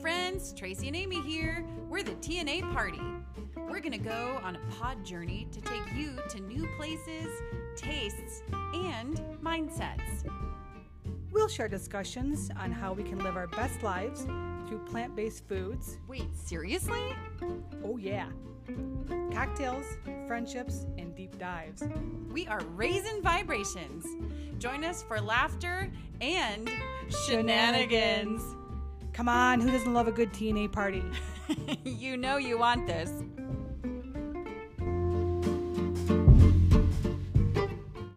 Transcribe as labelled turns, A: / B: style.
A: friends, Tracy and Amy here. We're the TNA Party. We're going to go on a pod journey to take you to new places, tastes, and mindsets.
B: We'll share discussions on how we can live our best lives through plant based foods.
A: Wait, seriously?
B: Oh, yeah. Cocktails, friendships, and deep dives.
A: We are raising vibrations. Join us for laughter and shenanigans.
B: Come on, who doesn't love a good TNA party?
A: you know you want this.